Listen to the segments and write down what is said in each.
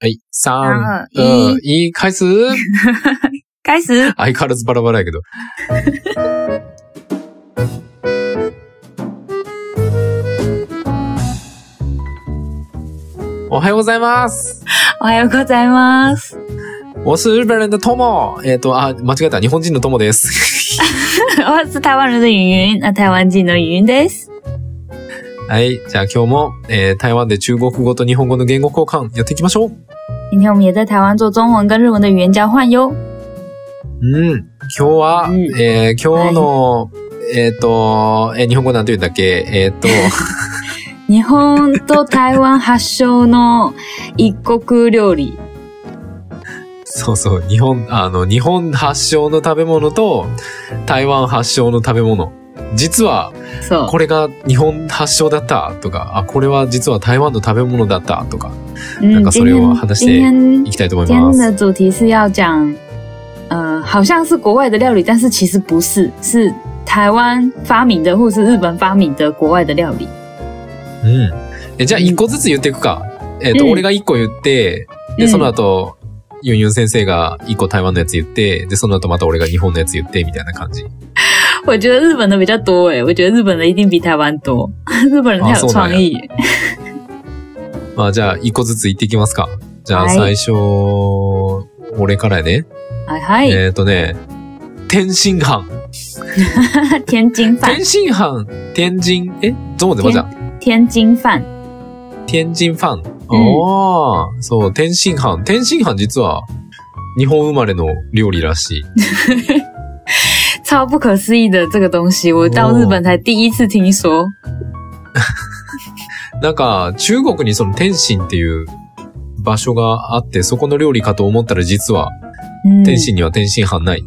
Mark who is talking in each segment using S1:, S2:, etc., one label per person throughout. S1: はい。三、
S2: 三
S1: 二、一、開 始
S2: 开始。
S1: 相変わらずバラバラやけど。 おはようございます。
S2: おはようございます。
S1: 我是日本人的 Tomo。えっ、と、あ、間違えた。日本人の Tomo です。
S2: 我是台湾人的云云，那台湾人的云云です。
S1: はい。じゃあ今日も、えー台湾で中国語と日本語の言語交換やっていきましょう。
S2: 今天我们也在台湾做中文跟日文的语言交换哟。
S1: うん。今日は、
S2: うん
S1: えー今日の、えっ、と、えー日本語なんて言うんだっけえっ、と、
S2: 日本と台湾発祥の一国料理。
S1: そうそう、日本、あの、日本発祥の食べ物と、台湾発祥の食べ物。実は、
S2: そう。
S1: これが日本発祥だったとか、あ、これは実は台湾の食べ物だったとか、なん
S2: 嗯
S1: かそれを話して
S2: 今天
S1: いきたいと思
S2: 今
S1: いま
S2: 天
S1: す
S2: 的。主题是要讲，呃，好像是国外的料理，但是其实不是，是台湾发明的或是日本发明的国外的料理。
S1: うん。え、じゃあ一個ずつ言っていくか。えっ、と、
S2: うん
S1: 俺が一個言って、で、
S2: うん
S1: その後、ユンユン先生が一個台湾のやつ言って、で、その後また俺が日本のやつ言って、みたいな感じ。
S2: 我觉得日本的比较多诶，我觉得日本的一定比台湾多， 日本人太有
S1: 啊
S2: 创意。
S1: まあじゃあ、一個ずつ言っていきますか。じゃあ、
S2: は
S1: 最
S2: い
S1: 初、俺からやね。
S2: 哎嗨，
S1: えっ、とね、天津飯。
S2: 天津饭，
S1: 天津飯。天津、えどうでもじゃん。
S2: 天津饭，
S1: 天津飯。ああ、そう、天津飯。天津飯実は、日本生まれの料理らしい。
S2: 超不可思议的这个东西，我到
S1: 哦
S2: 日本才第一次听说。
S1: なんか、中国にその天津っていう場所があって、そこの料理かと思ったら実は、
S2: 嗯，
S1: 天津には天津飯ない。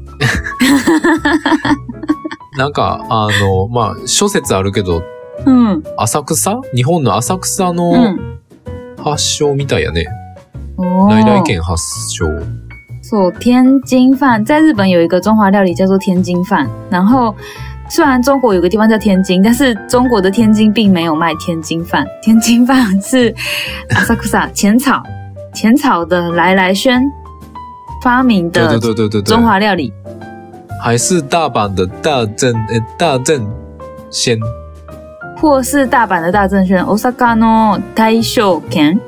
S1: なんか、あの、まあ、諸説あるけど、
S2: 嗯
S1: 浅草日本の浅草の
S2: 嗯，
S1: 発祥みたいやね。
S2: 哦
S1: 内来県発祥。
S2: 所天津饭，在日本有一个中华料理叫做天津饭，然后虽然中国有个地方叫天津，但是中国的天津并没有卖天津饭，天津饭 是阿萨库萨浅草浅草的来来轩发明
S1: 对
S2: 的
S1: 对对对对对。
S2: 中华料理，
S1: 还是大阪的大正え大正先。
S2: 或是大阪的大正轩 （Osaka no Taisho Ken）。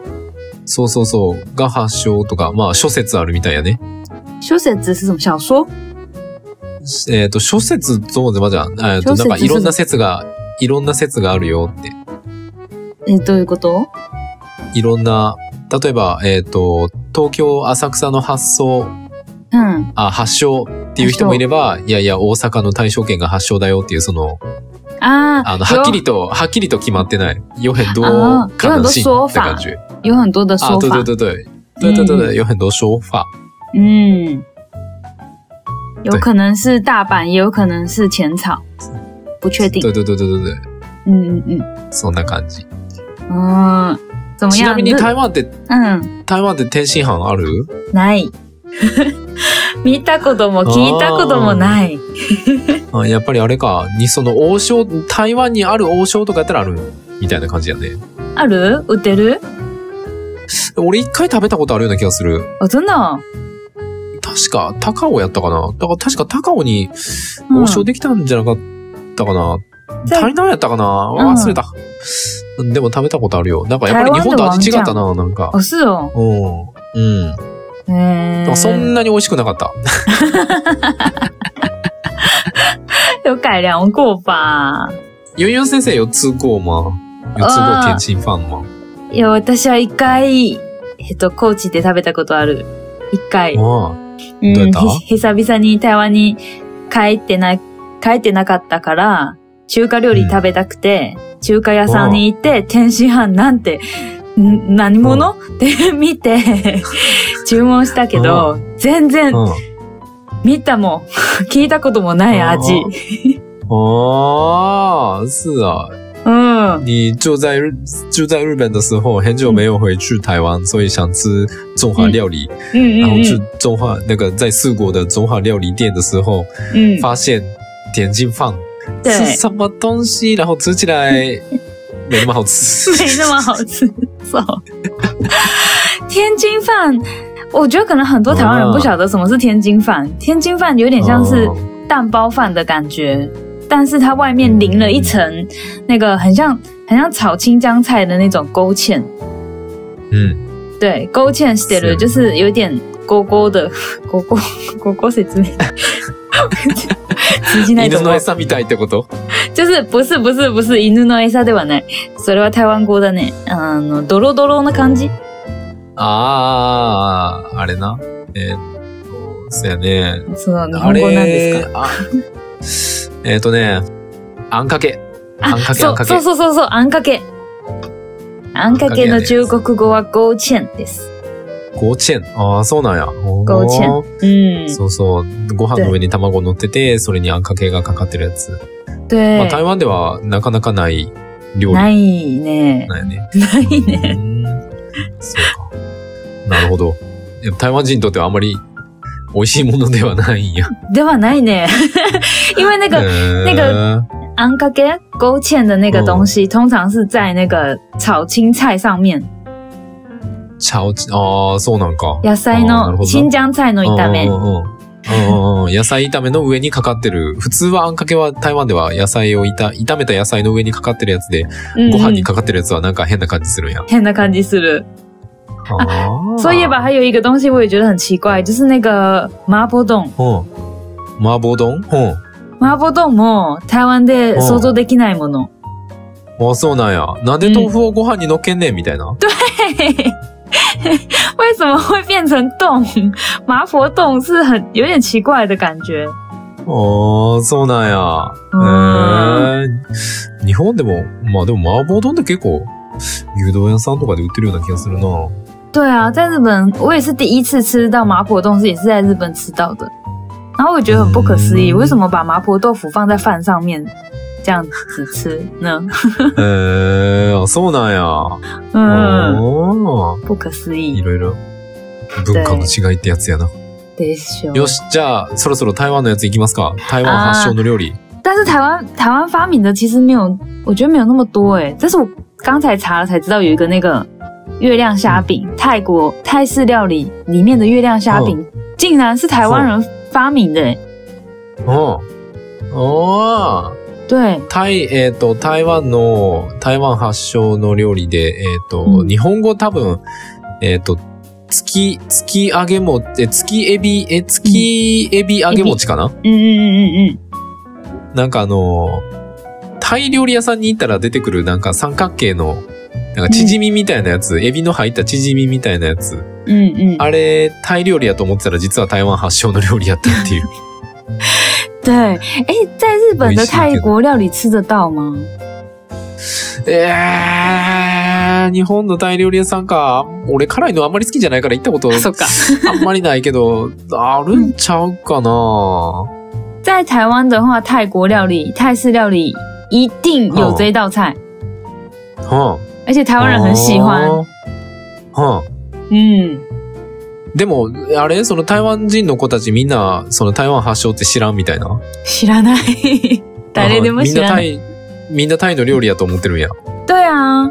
S1: そうそうそう。が発祥とか、まあ諸説あるみたいやね。
S2: 小写字是什么？小说？
S1: えっ、と、諸説どうでまじゃん。えっ、と、
S2: 諸
S1: な
S2: 説
S1: んかいろんな説が、いろんな説があるよって。
S2: え、どういうこと？
S1: いろんな、例えば、えっ、と、東京浅草の発想、
S2: 嗯，
S1: あ、発祥っていう人もいれば、いやいや、大阪の大正圏が発祥だよっていう、その、
S2: 啊，
S1: あの、はっきりと、はっきりと決まってない。有很多
S2: あー
S1: 可能性って感じ。
S2: 有有很多的
S1: あ、
S2: 说
S1: 对
S2: 法
S1: 对。对对。对对对对，有很多说法。
S2: 嗯，有
S1: 对
S2: 可能是大阪，也有可能是浅草，不确定。
S1: 对对对对对对，
S2: 嗯嗯嗯
S1: そんな感じ。
S2: 嗯，怎么
S1: ちな
S2: 样？
S1: みに
S2: 日
S1: 台湾って、
S2: 嗯，
S1: 台湾って天津飯ある
S2: ない。 見たことも聞いたこともない。
S1: あやっぱりあれか、にその王将、台湾にある王将とかやったらあるみたいな感じやね。
S2: ある？売ってる？
S1: 俺一回食べたことあるような気がする。
S2: 哦，真的哦。
S1: 確か、高尾やったかな。だから確か高尾に
S2: 嗯
S1: 王将できたんじゃなかったかな。
S2: じゃあ
S1: 台南やったかな
S2: うん
S1: 忘れた。でも食べたことあるよ。なんかやっぱり日本と味違ったな、なんか。
S2: 哦，是哦。
S1: うん。うん。
S2: 嗯
S1: でも，そんなに美味しくなかった。
S2: 有改良过吧？
S1: ユンユン先生有吃过吗有吃过天津飯吗
S2: いや、私は一回、えっと、高知で食べたことある。一回。う
S1: あ
S2: ん、
S1: どうやった
S2: ひ久々に台湾に帰ってな、帰ってなかったから、中華料理食べたくて、中華屋さんに行って、天津飯なんて、ん何者って見て、注文したけど、全
S1: あ。
S2: 然
S1: うん。
S2: 見たもん、 聞いたこともない味。
S1: 哦，是啊，
S2: うん。
S1: 你住在日住在日本的时候，很久没有回去台湾，所以想吃中华料理。
S2: うん
S1: 然
S2: う
S1: 后
S2: んう
S1: 去
S2: ん。
S1: 中华那个在四国的中华料理店的时候，
S2: うん
S1: 发现点进饭
S2: 对
S1: 是什么东西，然后吃起 来没那么好吃。
S2: 没那么好吃，走。天津饭，我觉得可能很多台湾人不晓得什么是天津饭。天津饭有点像是
S1: 哦
S2: 蛋包饭的感觉，但是它外面淋了一层那个很像很像炒青江菜的那种勾芡，
S1: 嗯，
S2: 对，勾芡してる
S1: 是
S2: 就是有点勾勾的勾勾勾勾谁知道？ 直接那
S1: 犬
S2: 种
S1: の餌みたいってこと
S2: 就是不是不是不是犬の餌ではない。それは台湾語だね。あのドロドロな感じ。
S1: ああ、あれな。えーっと、そうやね。
S2: その日
S1: あ
S2: 本語なんですか？
S1: れ、あ、えーっとね、あんかけ。あんかけ、あ
S2: そ
S1: んかけ。
S2: うそうそうそうそう、あんかけ。あんかけの中国語はゴーチェンです。
S1: ゴーチェン。ああ、そうなんや。ゴ
S2: ゴーチェ嗯，
S1: そうそう。ご飯の上に卵乗ってて、それにあんかけがかかってるやつ。
S2: 对
S1: まあ、台湾ではなかなかない料理
S2: な
S1: ない
S2: ね。
S1: んやね。
S2: ないね。
S1: うんそうか。なるほど。いや台湾人にとってはあんまり美味しいものではないんや。
S2: ではない ね。因为那个
S1: 那
S2: 那个あんかけ勾芡的那个东西，通常是在那个炒青菜上面，
S1: チャオチ、ああ、そうなんか。
S2: 野菜
S1: あーなる
S2: の
S1: ほど
S2: 新疆菜の炒め
S1: う。んうんうんうんうんうん野菜炒めの上にかかってる。普通はあんかけは台湾では野菜を炒炒めた野菜の上にかかってるやつで、
S2: 嗯
S1: ご飯に
S2: 嗯，
S1: かかってるやつはなんか変な感じするんや。
S2: 変な感じする。
S1: あー
S2: 所以吧，还有一个东西我也觉得很奇怪，就是那个麻婆冻。
S1: うん。麻婆丼う
S2: 麻婆豆も台湾で想像できないもの。
S1: ん。あ、そうなんや。なんで豆腐をご飯に乗っけんねんみたいな。
S2: 嘿嘿嘿为什么会变成冻？麻婆冻是很有点奇怪的感觉。
S1: ああ、そうなん
S2: 嗯
S1: や。へえ。日本でも、まあでも麻婆丼って結構、牛丼屋さんとかで売ってるような気がするな。
S2: 对啊，在日本我也是第一次吃到麻婆冻，是也是在日本吃到的。然后我觉得很不可思议，
S1: 嗯
S2: 为什么把麻婆豆腐放在饭上面这样子吃呢？
S1: へえ、あ、そうなんや。哦
S2: 嗯，
S1: おー
S2: 不可思
S1: い
S2: 议。
S1: ろいろ文化の違いってやつやな。
S2: 得修。
S1: よし、じゃあそろそろ台湾のやつ行きますか。台湾発祥の料理。
S2: 但是台湾台湾发明的其实没有，我觉得没有那么多诶、但是我刚才查了才知道有一个那个月亮虾饼，泰国泰式料理里面的月亮虾饼，竟然是台湾人发明的、诶欸
S1: うん。おー
S2: 对，
S1: タイ、えっ、と、台湾の、台湾発祥の料理で、えっ、と、
S2: うん
S1: 日本語多分、えっ、と、月、月揚げも、え、月エビ、え、月エビ揚げ餅かな、
S2: 嗯嗯嗯嗯
S1: なんかあの、タイ料理屋さんに行ったら出てくるなんか三角形の、なんか縮みみたいなやつ、エビの入った縮みみたいなやつ。
S2: 嗯嗯嗯，
S1: あれ、タイ料理やと思ってたら実は台湾発祥の料理やったっていう。
S2: 对，哎、在日本的泰国料理吃得到吗？
S1: えー、日本のタイ料理屋さんか。俺辛いのあんまり好きじゃないから行ったこと
S2: そっか，
S1: あんまりないけど、あるんちゃうかな。
S2: 在台湾的话，泰国料理、泰式料理一定有这一道菜，
S1: はん。
S2: 而且台湾人很喜欢。
S1: は
S2: 嗯，
S1: ん。でも、あれその台湾人の子たちみんな、その台湾発祥って知らんみたいな。
S2: 知ら ない。誰でも
S1: みん
S2: 知
S1: な
S2: ら
S1: タ。
S2: ない
S1: イ、みんなタイの料理やと思ってるんや。
S2: 对啊，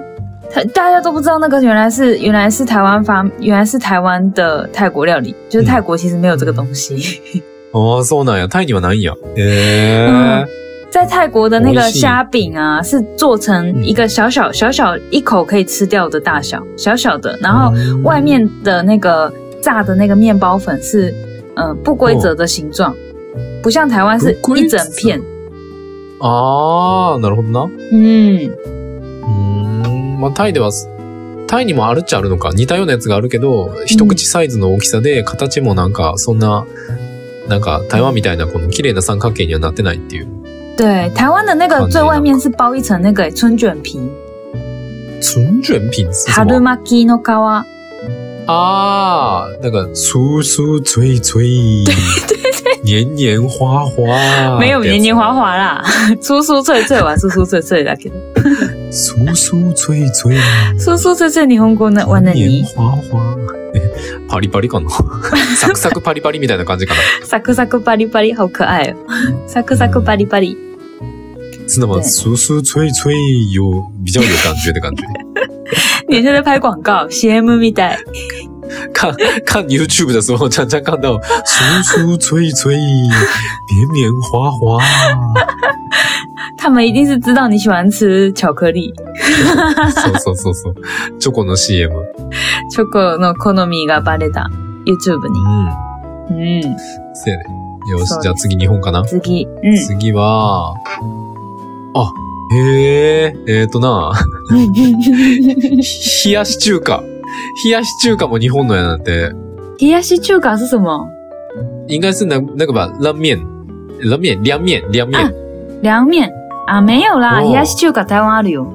S2: 他大家都不知道那个原来是原来是台湾发，原来是台湾的泰国料理，就是泰国其实没有这个东
S1: 嗯
S2: 西，
S1: ああ、そうなんや。タイにはないんや。へえ。
S2: 在泰国的那
S1: 我
S2: 个
S1: 也信嗯
S2: 虾饼啊，是做成一个小小小小一口可以吃掉的大小，小小的，然后
S1: うん
S2: 外面的那个炸的那个面包粉是呃不规则的形状，不像台湾是
S1: 不规
S2: 一
S1: 则
S2: 整片，
S1: ああ、なるほどな。
S2: 嗯，
S1: うーんまあ、タイでは、タイにもあるっちゃあるのか。似たようなやつがあるけど、一口サイズの大きさで、形もなんか、そんな、なんか、台湾みたいなこの綺麗な三角形にはなってないっていう。
S2: 对，台湾的那
S1: 好哦
S2: 个
S1: 那
S2: 最外
S1: 样
S2: 面是包一层那个春卷皮，
S1: ツンジュンピンス
S2: 哈鲁玛基诺高啊。
S1: ああ、なんか、スースーツイツ イ。年々花花。
S2: 没有黏黏。滑滑啦， 酥酥脆脆玩酥酥脆脆だけど，
S1: スースーツイツイ。
S2: 酥酥脆脆你红锅呢玩的
S1: 年
S2: 你
S1: 々，花花。えパリパリかな サクサクパリパリみたいな感じかな。
S2: 萨克萨克巴里巴里好可爱哦， 萨克萨克巴里巴里，
S1: 是那么
S2: 对
S1: 酥酥脆脆，有比较有感觉的感觉。
S2: 你现在在拍广告，CM みたい，
S1: 看看 YouTube 的时候，常常看到“酥酥脆脆，绵绵滑滑
S2: 他们一定是知道你喜欢吃巧克力。”，
S1: そうそうそうそう。チョコの CM。
S2: チョコの好みがバレた。YouTube
S1: う
S2: に。
S1: ん。
S2: うん。
S1: せやね。よし
S2: そ、う
S1: じゃあ次日本かな。
S2: 次。う
S1: 次は、あ、へえ、えーとな、
S2: ん。
S1: 冷やし中華。冷やし中華も日本のやなんて、
S2: 冷やし中華是什么？
S1: 应该是那那个吧，冷面，冷面，凉面，凉面。
S2: 啊凉面啊？没有啦，
S1: 哦
S2: 冷やし中華台湾あるよ。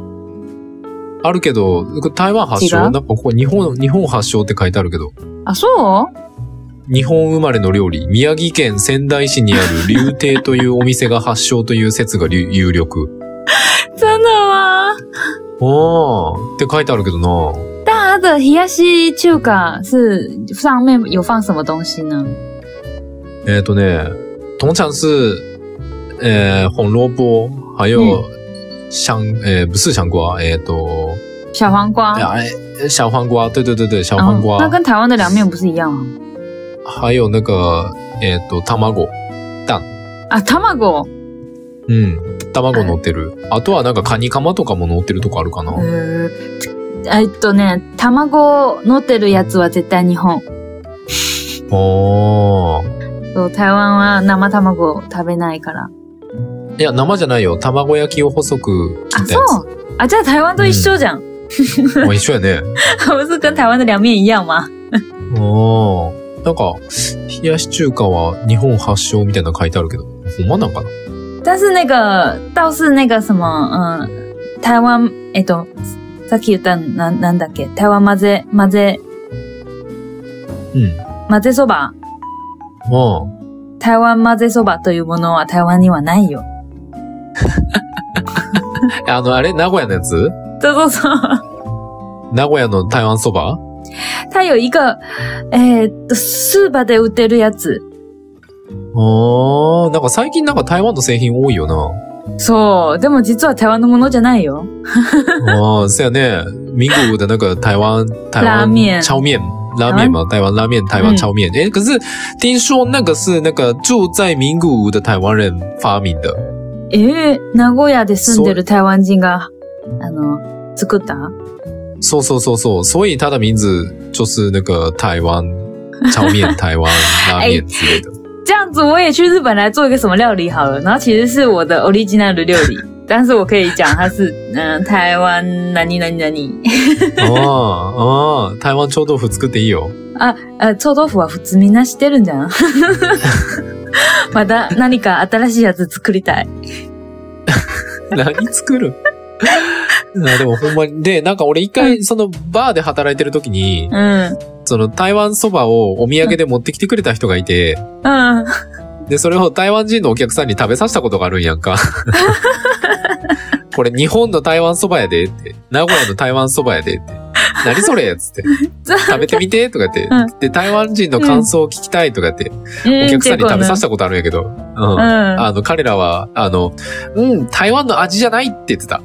S1: あるけど、これ台湾発祥
S2: 違
S1: な
S2: う
S1: んかここ日本、日本発祥って書いてあるけど、
S2: あ、そう？
S1: 日本生まれの料理、宮城県仙台市にあ る竜亭というお店が発祥という説が有有力。
S2: 真的吗？
S1: ああ、って書いてあるけどな。
S2: 但它的冷やし中華是上面有放什么东西呢？
S1: えっ、とね、通常是、えー、红萝卜、还有、香、えー、不是香瓜、えっ、と、
S2: 小黄瓜。
S1: 啊、え小黄瓜、对对对对、小黄
S2: 哦
S1: 瓜。
S2: 那跟台湾的凉面不是一样吗？
S1: 还有那个えっ、と卵。
S2: 啊，卵。
S1: うん。卵乗ってる。あとはなんかカニカマとかも乗ってるとこあるかな。
S2: 呃，えっとね、卵乗ってるやつは絶対日本。
S1: おー。
S2: そう台湾は生卵食べないから。
S1: いや、生じゃないよ。卵焼きを細く切
S2: あ、
S1: ったや
S2: そう。あ、じゃあ台湾と一緒じゃん。
S1: つ。 あ、一緒やね。
S2: 不是跟台湾的凉面一样吗？
S1: おー。なんか、冷やし中華は日本発祥みたいなの書いてあるけど、ほんまなんかな
S2: 但是那个倒是那个什么，嗯，台湾えっとさっき言ったなんなんだっけ、台湾混ぜ混ぜ
S1: うん。
S2: 混ぜそば、
S1: ああ。
S2: 台湾混ぜそばというものは台湾にはないよ。
S1: えあの、あれ名古屋のやつ
S2: そうそう そう。
S1: 名古屋の台湾そば
S2: 它有一个，えっとスーパーで売ってるやつ。
S1: ああ、なんか最近なんか台湾の製品多いよな。
S2: そう。でも実は台湾のものじゃないよ。
S1: ああ、そやね。民国的那个台湾台
S2: 拉
S1: 湾
S2: 面
S1: 超面拉面嘛，台湾拉面，台湾超面。哎、可是听说那个是那个住在名古屋的台湾人发明的。
S2: ええ名古屋で住んでる台湾人が、あの、作った
S1: そうそうそうそう，所以它的名字就是那个台湾超面、 台湾拉面之类的。
S2: 这样子我也去日本来做一个什么料理好了。然后其实是我的 original 的料理，但是我可以讲它是 嗯、呃台湾哪里哪里哪里。
S1: 哦哦，台湾臭豆腐作っていいよ。
S2: 呃，臭豆腐は普通みんな知ってるんじゃん。 また何か新しいやつ作りたい。
S1: 何作るあでもほんまに。で、なんか俺一回、そのバーで働いてる時に、
S2: うん。
S1: その台湾そばをお土産で持ってきてくれた人がいて、
S2: うん。
S1: で、それを台湾人のお客さんに食べさせたことがあるんやん か。これ日本の台湾そばやでって、名古屋の台湾そばやでって、何それっつって、食べてみてとか言
S2: う
S1: って、で、台湾人の感想を聞きたいとか言って、お客さんに食べさせたことあるんやけど、うん
S2: うん。あ
S1: あの、彼らは、あの、うん、台湾の味じゃないって言 ってた。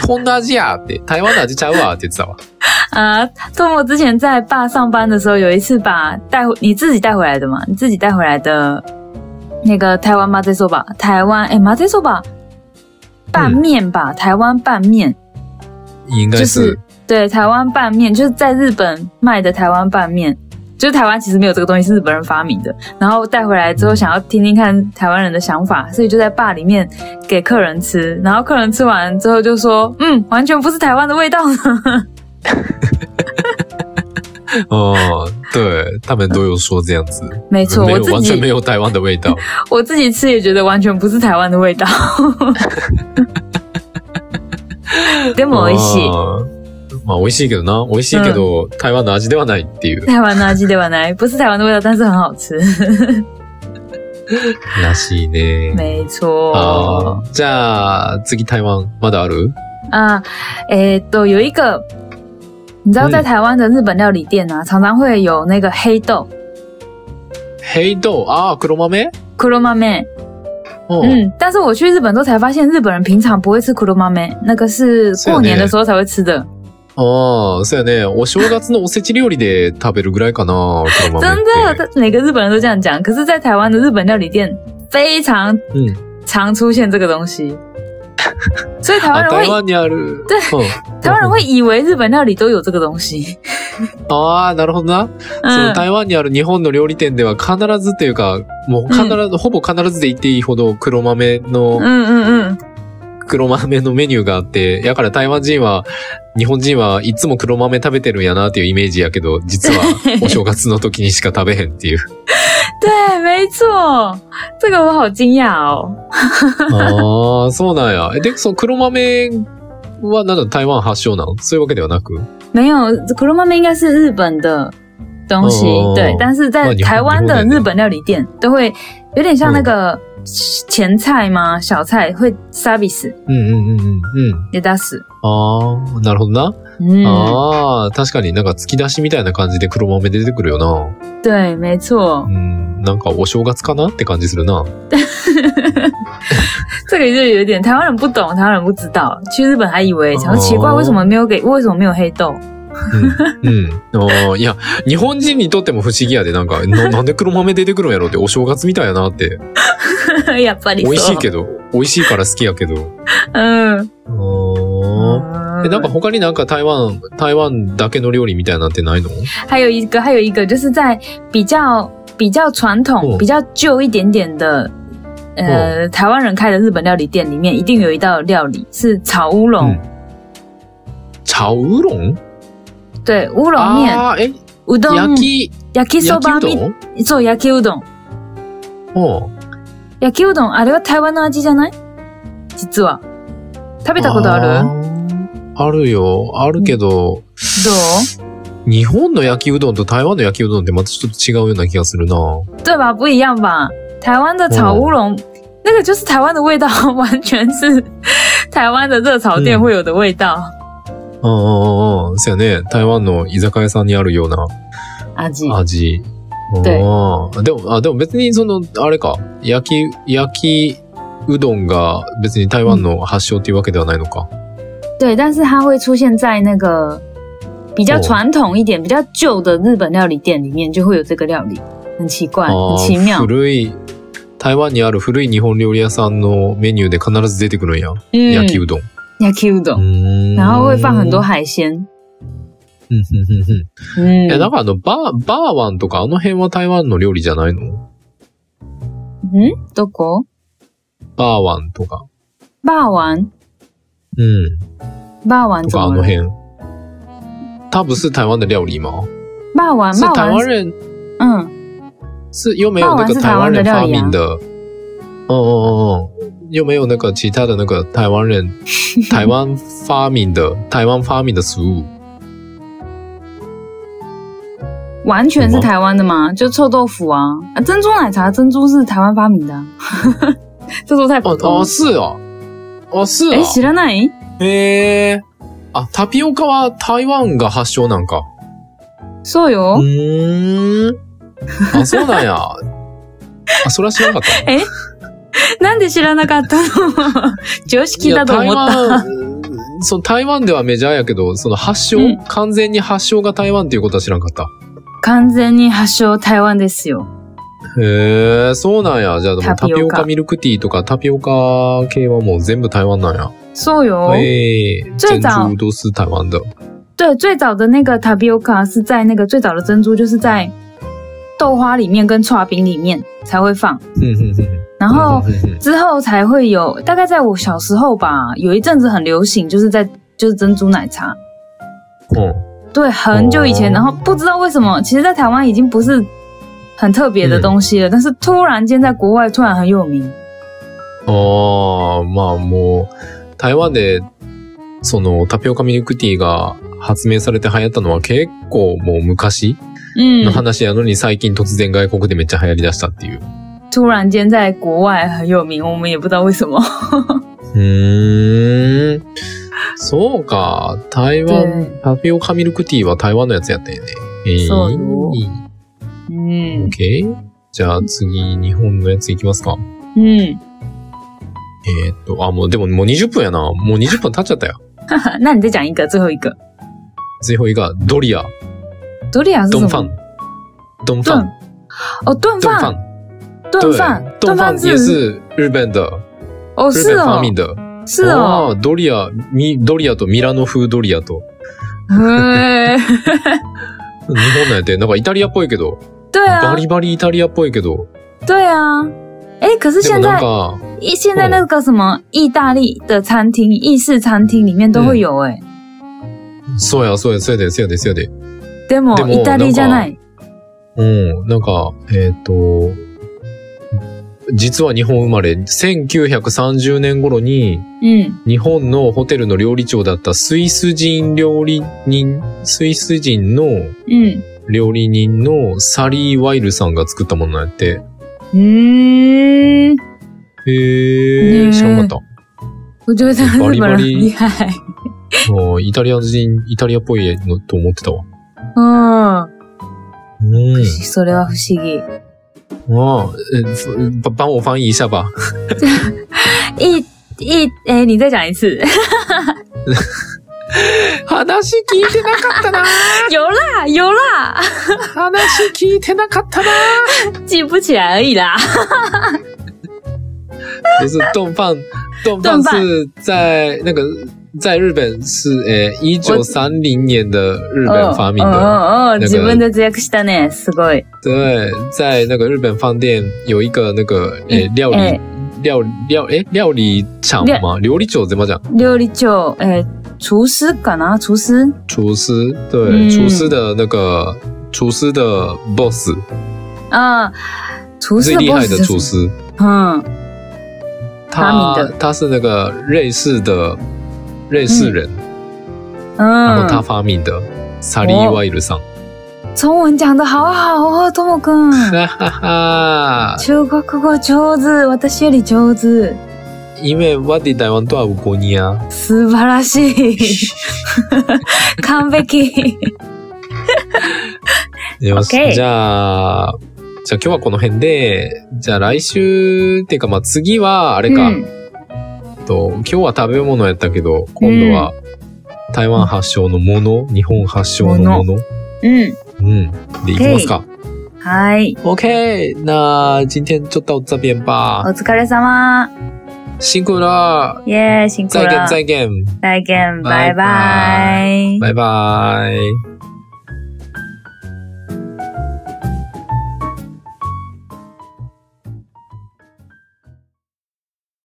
S1: 日本の味やって、台湾の味ちゃうわって言ってたわ。
S2: 啊，托我之前在爸上班的时候，有一次把带回你自己带回来的嘛，你自己带回来的那个台湾麻醉寿吧，台湾哎麻醉寿吧，拌面吧，台湾拌面，
S1: 嗯应该
S2: 就是
S1: 是、
S2: 对，台湾拌面就是在日本卖的台湾拌面，就是台湾其实没有这个东西，是日本人发明的。然后带回来之后，想要听听看台湾人的想法，所以就在坝里面给客人吃。然后客人吃完之后就说：“嗯，完全不是台湾的味道呢。
S1: 嗯，对他们都有说这样子，”
S2: 没错，
S1: 没
S2: 我
S1: 有
S2: 自
S1: 完全
S2: 己
S1: 没有台湾的味道。
S2: 我自己吃也觉得完全不是台湾的味道。 でも美味しい。
S1: 嗯まあ美味しいけどな、美味しいけど、台湾の味ではないっていう
S2: 台湾の味ではない，不是台湾的味道，但是很 好吃。
S1: らしいね。
S2: 没
S1: あ
S2: 错。
S1: ーじゃあ、次台湾、まだある
S2: 啊，诶，都有一个，你知道在
S1: 嗯
S2: 台湾的日本料理店啊，常常会有那个黑豆
S1: 黑豆、ああ、黒豆
S2: 黒豆面。
S1: うん。
S2: 嗯，但是我去日本之后才发现，日本人平常不会吃黒豆面，那个是
S1: 是有
S2: 过年
S1: 点
S2: 的时候才会吃的。
S1: ああ、そうやね。お正月のおせち料理で食べるぐらいかな。黒豆
S2: 真
S1: っ
S2: 的，
S1: て
S2: 他每个日本人都这样讲。可是，在台湾的日本料理店非常
S1: 嗯
S2: 常出现这个东 西，所以台
S1: あ、
S2: 湾人
S1: 啊台
S2: 会
S1: 湾にある。
S2: 对
S1: うん
S2: 台湾人会以为日本料理都有这个 东西。
S1: ああ、なるほどな。その，
S2: 嗯
S1: 台湾にある日本の料理店では必ずっていうか、もう必ず、ほぼ必ずで言っていいほど黒豆の、
S2: 嗯嗯
S1: 黒豆のメニューがあって、やから台湾人は、日本人はいつも黒豆食べてるんやなっていうイメージやけど、実 はお正月の時にしか食べへんっていう。
S2: 嗯，对，没错，这个我好惊讶哦。
S1: ああ、そうなんや。えで、その黒豆はなんだ台湾発祥なのそういうわけではなく。
S2: 没有，苦肉妈妈应该是日本的东西，
S1: 哦
S2: 对，但是
S1: 哇
S2: 在
S1: 你
S2: 台湾
S1: 你
S2: 的
S1: 会嗯那个
S2: 日本料理店都会有点像那个前菜吗？小菜会 service
S1: うんうんうんうん。うん。
S2: 也打死，
S1: ああ、なるほどな。哦
S2: 嗯，
S1: ああ、確かになんか突き出しみたいな感じで黒豆出てくるよな。
S2: 对，没错。
S1: うん。なんかお正月かなって感じするな。
S2: 这个就有点台湾人不懂，台湾人不知道，去日本还以为想说奇怪
S1: 哦
S2: 为什么没有给，为什么没有黑豆？
S1: うん。あーいや、日本人にとっても不思議やで、なんか、 ななんで黒豆出てくるんやろって、お正月みたいやなって。
S2: やっぱり
S1: 美
S2: そ
S1: 味し
S2: う。
S1: いけど、美味しいから好きやけど。
S2: 哦 嗯。
S1: あーえ、なんか他になんか台湾、台湾だけの料理みたいなんてないの
S2: 还有一个，还有一个就是在比较比较传统、
S1: 哦
S2: 比较旧一点点的，呃，台湾人开的日本料理店里面，一定有一道料理是炒乌龙
S1: 嗯，茶ウロン
S2: 对，乌龙面、
S1: ああ、え、
S2: 乌冬、
S1: 啊焼き、
S2: 焼きそ
S1: 焼き
S2: ば
S1: うど
S2: み、
S1: ん
S2: そう焼きうどん、
S1: うん。
S2: 焼きうどんあれは台湾の味じゃない？実は食べたことある？
S1: ーあるよ。あるけど、
S2: どう？
S1: 日本の焼きうどんと台湾の焼きうどんってまたちょっと違うような気がするな。
S2: 对吧？不一样吧？台湾的炒乌
S1: 嗯
S2: 龙，那个就是台湾的味道， 完全是台湾的热炒店
S1: 嗯
S2: 会有的味道。
S1: うんうんうんうん。そうやね。台湾の居酒屋さんにあるような
S2: 阿吉
S1: 味。
S2: 对
S1: あーでも、あ、でも別にその、あれか、焼き、焼きうどんが別に台湾の発祥っていうわけではないのか。
S2: 对，但是它会出现在那个比
S1: 哦
S2: 较传统一点、比较旧的日本料理店里面，就会有这个料理，很奇怪，很
S1: あ
S2: 奇
S1: ー
S2: 妙。
S1: 古い、台湾にある古い日本料理屋さんのメニューで必ず出てくるんや。
S2: 嗯
S1: 焼きうどん。
S2: y a k i u d
S1: う
S2: o
S1: ーん
S2: 然后会放很多。海鲜。
S1: うんうんうんうん
S2: 嗯
S1: え、なんかあの、バー、バーワンとかあの辺は台湾の料理じゃないの
S2: 嗯，どこ？
S1: バーワンとか。
S2: 霸王，
S1: うん。
S2: 霸王
S1: と
S2: 怎
S1: かあの
S2: 么了？
S1: 辺。它不是台湾的料理吗？
S2: 霸王，
S1: 是
S2: 霸
S1: 台
S2: 王
S1: 湾
S2: 是，
S1: 人，
S2: 嗯，
S1: 是又没有那个台湾人发明的。哦哦哦哦，又没有那个其他的那个台湾 人，台湾发明的台湾发明的食物。
S2: 完全是
S1: 什么
S2: 台湾的吗？就臭豆腐啊，啊珍珠奶茶，珍珠是台湾发明的、啊， 这都太普
S1: 哦
S2: 通了
S1: 哦。是哦，哦是
S2: 哎、知
S1: 哦，
S2: らない？
S1: へえ。あ、タピオカは台湾が発祥なんか。
S2: そうよ
S1: う。ー ん。あ、そうなんや。あ、それは知らなかっ た。
S2: なんで知らなかったの？常識だと思った。
S1: いや台湾その台湾ではメジャーやけど、その発祥、
S2: うん
S1: 完全に発祥が台湾っていうことは知らんかった。
S2: 完全に発祥台湾ですよ。
S1: へえ、そうなんや。じゃあでも
S2: タ
S1: タ
S2: ピ
S1: ピ
S2: オ
S1: オ
S2: カ
S1: カミルクティーとかタピオカ系はもう全部台湾なんや。
S2: そうよ。
S1: ええー，
S2: 最
S1: 珍
S2: 早
S1: 珠都是台湾的。
S2: 对，最早的那个 tapioca 是在那个最早的珍珠，就是在豆花里面跟刨饼里面才会放，
S1: 嗯嗯嗯。
S2: 然后
S1: 嗯嗯嗯
S2: 之后才会有。大概在我小时候吧，有一阵子很流行，就是在就是珍珠奶茶。
S1: 嗯
S2: 对，很久以前，
S1: 哦
S2: 然后不知道为什么，其实，在台湾已经不是很特别
S1: 嗯
S2: 的东西了，但是突然间在国外突然很有名。
S1: ああ、まあもう、台湾で、そのタピオカミルクティーが発明されて流行ったのは結構もう昔
S2: 嗯
S1: の，話やのに最近突然外国でめっちゃ流行り出したっていう。
S2: 突然间在国外很有名，我们也不知道为什么。
S1: うーん。そうか。台湾、
S2: 对
S1: タピオカミルクティーは台湾のやつやったんやね。えー、
S2: そうよ嗯
S1: OK。じゃあ次、日本のやついきますか。
S2: 嗯，
S1: えーっと、あ、もうでももう20分やな。もう20分経っちゃったよ。
S2: 那你再讲一个，最后一个。
S1: 最后一个多利亚
S2: 独立啊是
S1: 东
S2: 什
S1: 饭
S2: 么？，
S1: 东
S2: 炖
S1: 饭，
S2: 哦，炖
S1: 东
S2: 饭，
S1: 饭，
S2: 炖饭，
S1: 对，东饭也是日本的，
S2: 哦，
S1: 日
S2: 是
S1: 本发
S2: 哦，
S1: 明的。
S2: 是哦，
S1: ドリア、ミ、ドリアとミラノ風ドリアと。
S2: 嘿
S1: 日本なんやって、なんかイタリアっぽいけど、
S2: 对
S1: バ
S2: 啊，
S1: リバリイタリアっぽいけど、
S2: 对啊，哎，可是
S1: でも
S2: 现
S1: なん
S2: 在
S1: か、
S2: 一现在那个什么意大利的餐厅、意式餐厅里面都
S1: 嗯
S2: 会有哎、
S1: そうや、そうや、そうやで、そうやで、そうやで。
S2: でも
S1: でも
S2: イタリじゃない。
S1: うん、なんか、えっ、と、実は日本生まれ、1930年頃に、
S2: 嗯
S1: 日本のホテルの料理長だったスイス人料理人、スイス人の
S2: 嗯
S1: 料理人のサリー・ワイルさんが作ったものなんやって。
S2: 嗯，
S1: へえ
S2: ねえ
S1: ー、知らんかっ
S2: 我觉得日本
S1: 巴
S2: 人
S1: 黎
S2: 厉害。
S1: た。もうイタリア人、イタリアっぽいのと思ってたわ。
S2: 嗯，
S1: うん。
S2: それは不思議。
S1: ああ、えふば帮我翻译一下吧。
S2: 意意哎，你再讲一 次。
S1: 話聞いてなかったな。
S2: 有啦有啦，
S1: 話聞いてなかったな。
S2: 记不起来而已啦。
S1: 就是冻饭，冻饭
S2: 冻饭
S1: 是在那个在日本是诶一九三零年的日本发明的。
S2: 哦哦，
S1: 那个
S2: 自分で制約したね。すごい。
S1: 对，在那个日本饭店有一个那个诶
S2: 嗯
S1: 料理
S2: 诶
S1: 料料诶料理厂嘛，料理酒怎么讲？
S2: 料理長哎，厨师かな？厨师？
S1: 厨师对，
S2: 嗯
S1: 厨师的那个厨师的 boss
S2: 啊，厨师
S1: 最
S2: 的
S1: 厉害
S2: boss
S1: 的
S2: 是
S1: 厨师，
S2: 嗯。发明
S1: 他
S2: 的
S1: 他是那个瑞士的瑞士人，然后他
S2: 嗯，
S1: 发明的萨利
S2: 哦
S1: 瓦伊鲁桑。
S2: 中文讲的好好哦，ともく
S1: 哈
S2: ん。
S1: 哈哈！
S2: 中国語上手、私より上手。
S1: 因为我的台湾都有国尼啊。
S2: 素晴らし い。完璧。
S1: よし
S2: OK
S1: じゃあ、じゃあ今日はこの辺で、じゃあ来週っていうかまあ次はあれか、
S2: 嗯
S1: と今日は食べ物やったけど、今度は台湾発祥のもの、日本発祥のもの。
S2: 嗯，
S1: うん。で、いきますか。
S2: はい。
S1: OK! 那今天就到这边吧
S2: お。疲れ様。
S1: 辛苦了。
S2: イェーイ、辛苦
S1: 再见
S2: 了。
S1: 再见。
S2: 再见，
S1: 拜
S2: 拜
S1: 拜拜
S2: 拜。
S1: 拜。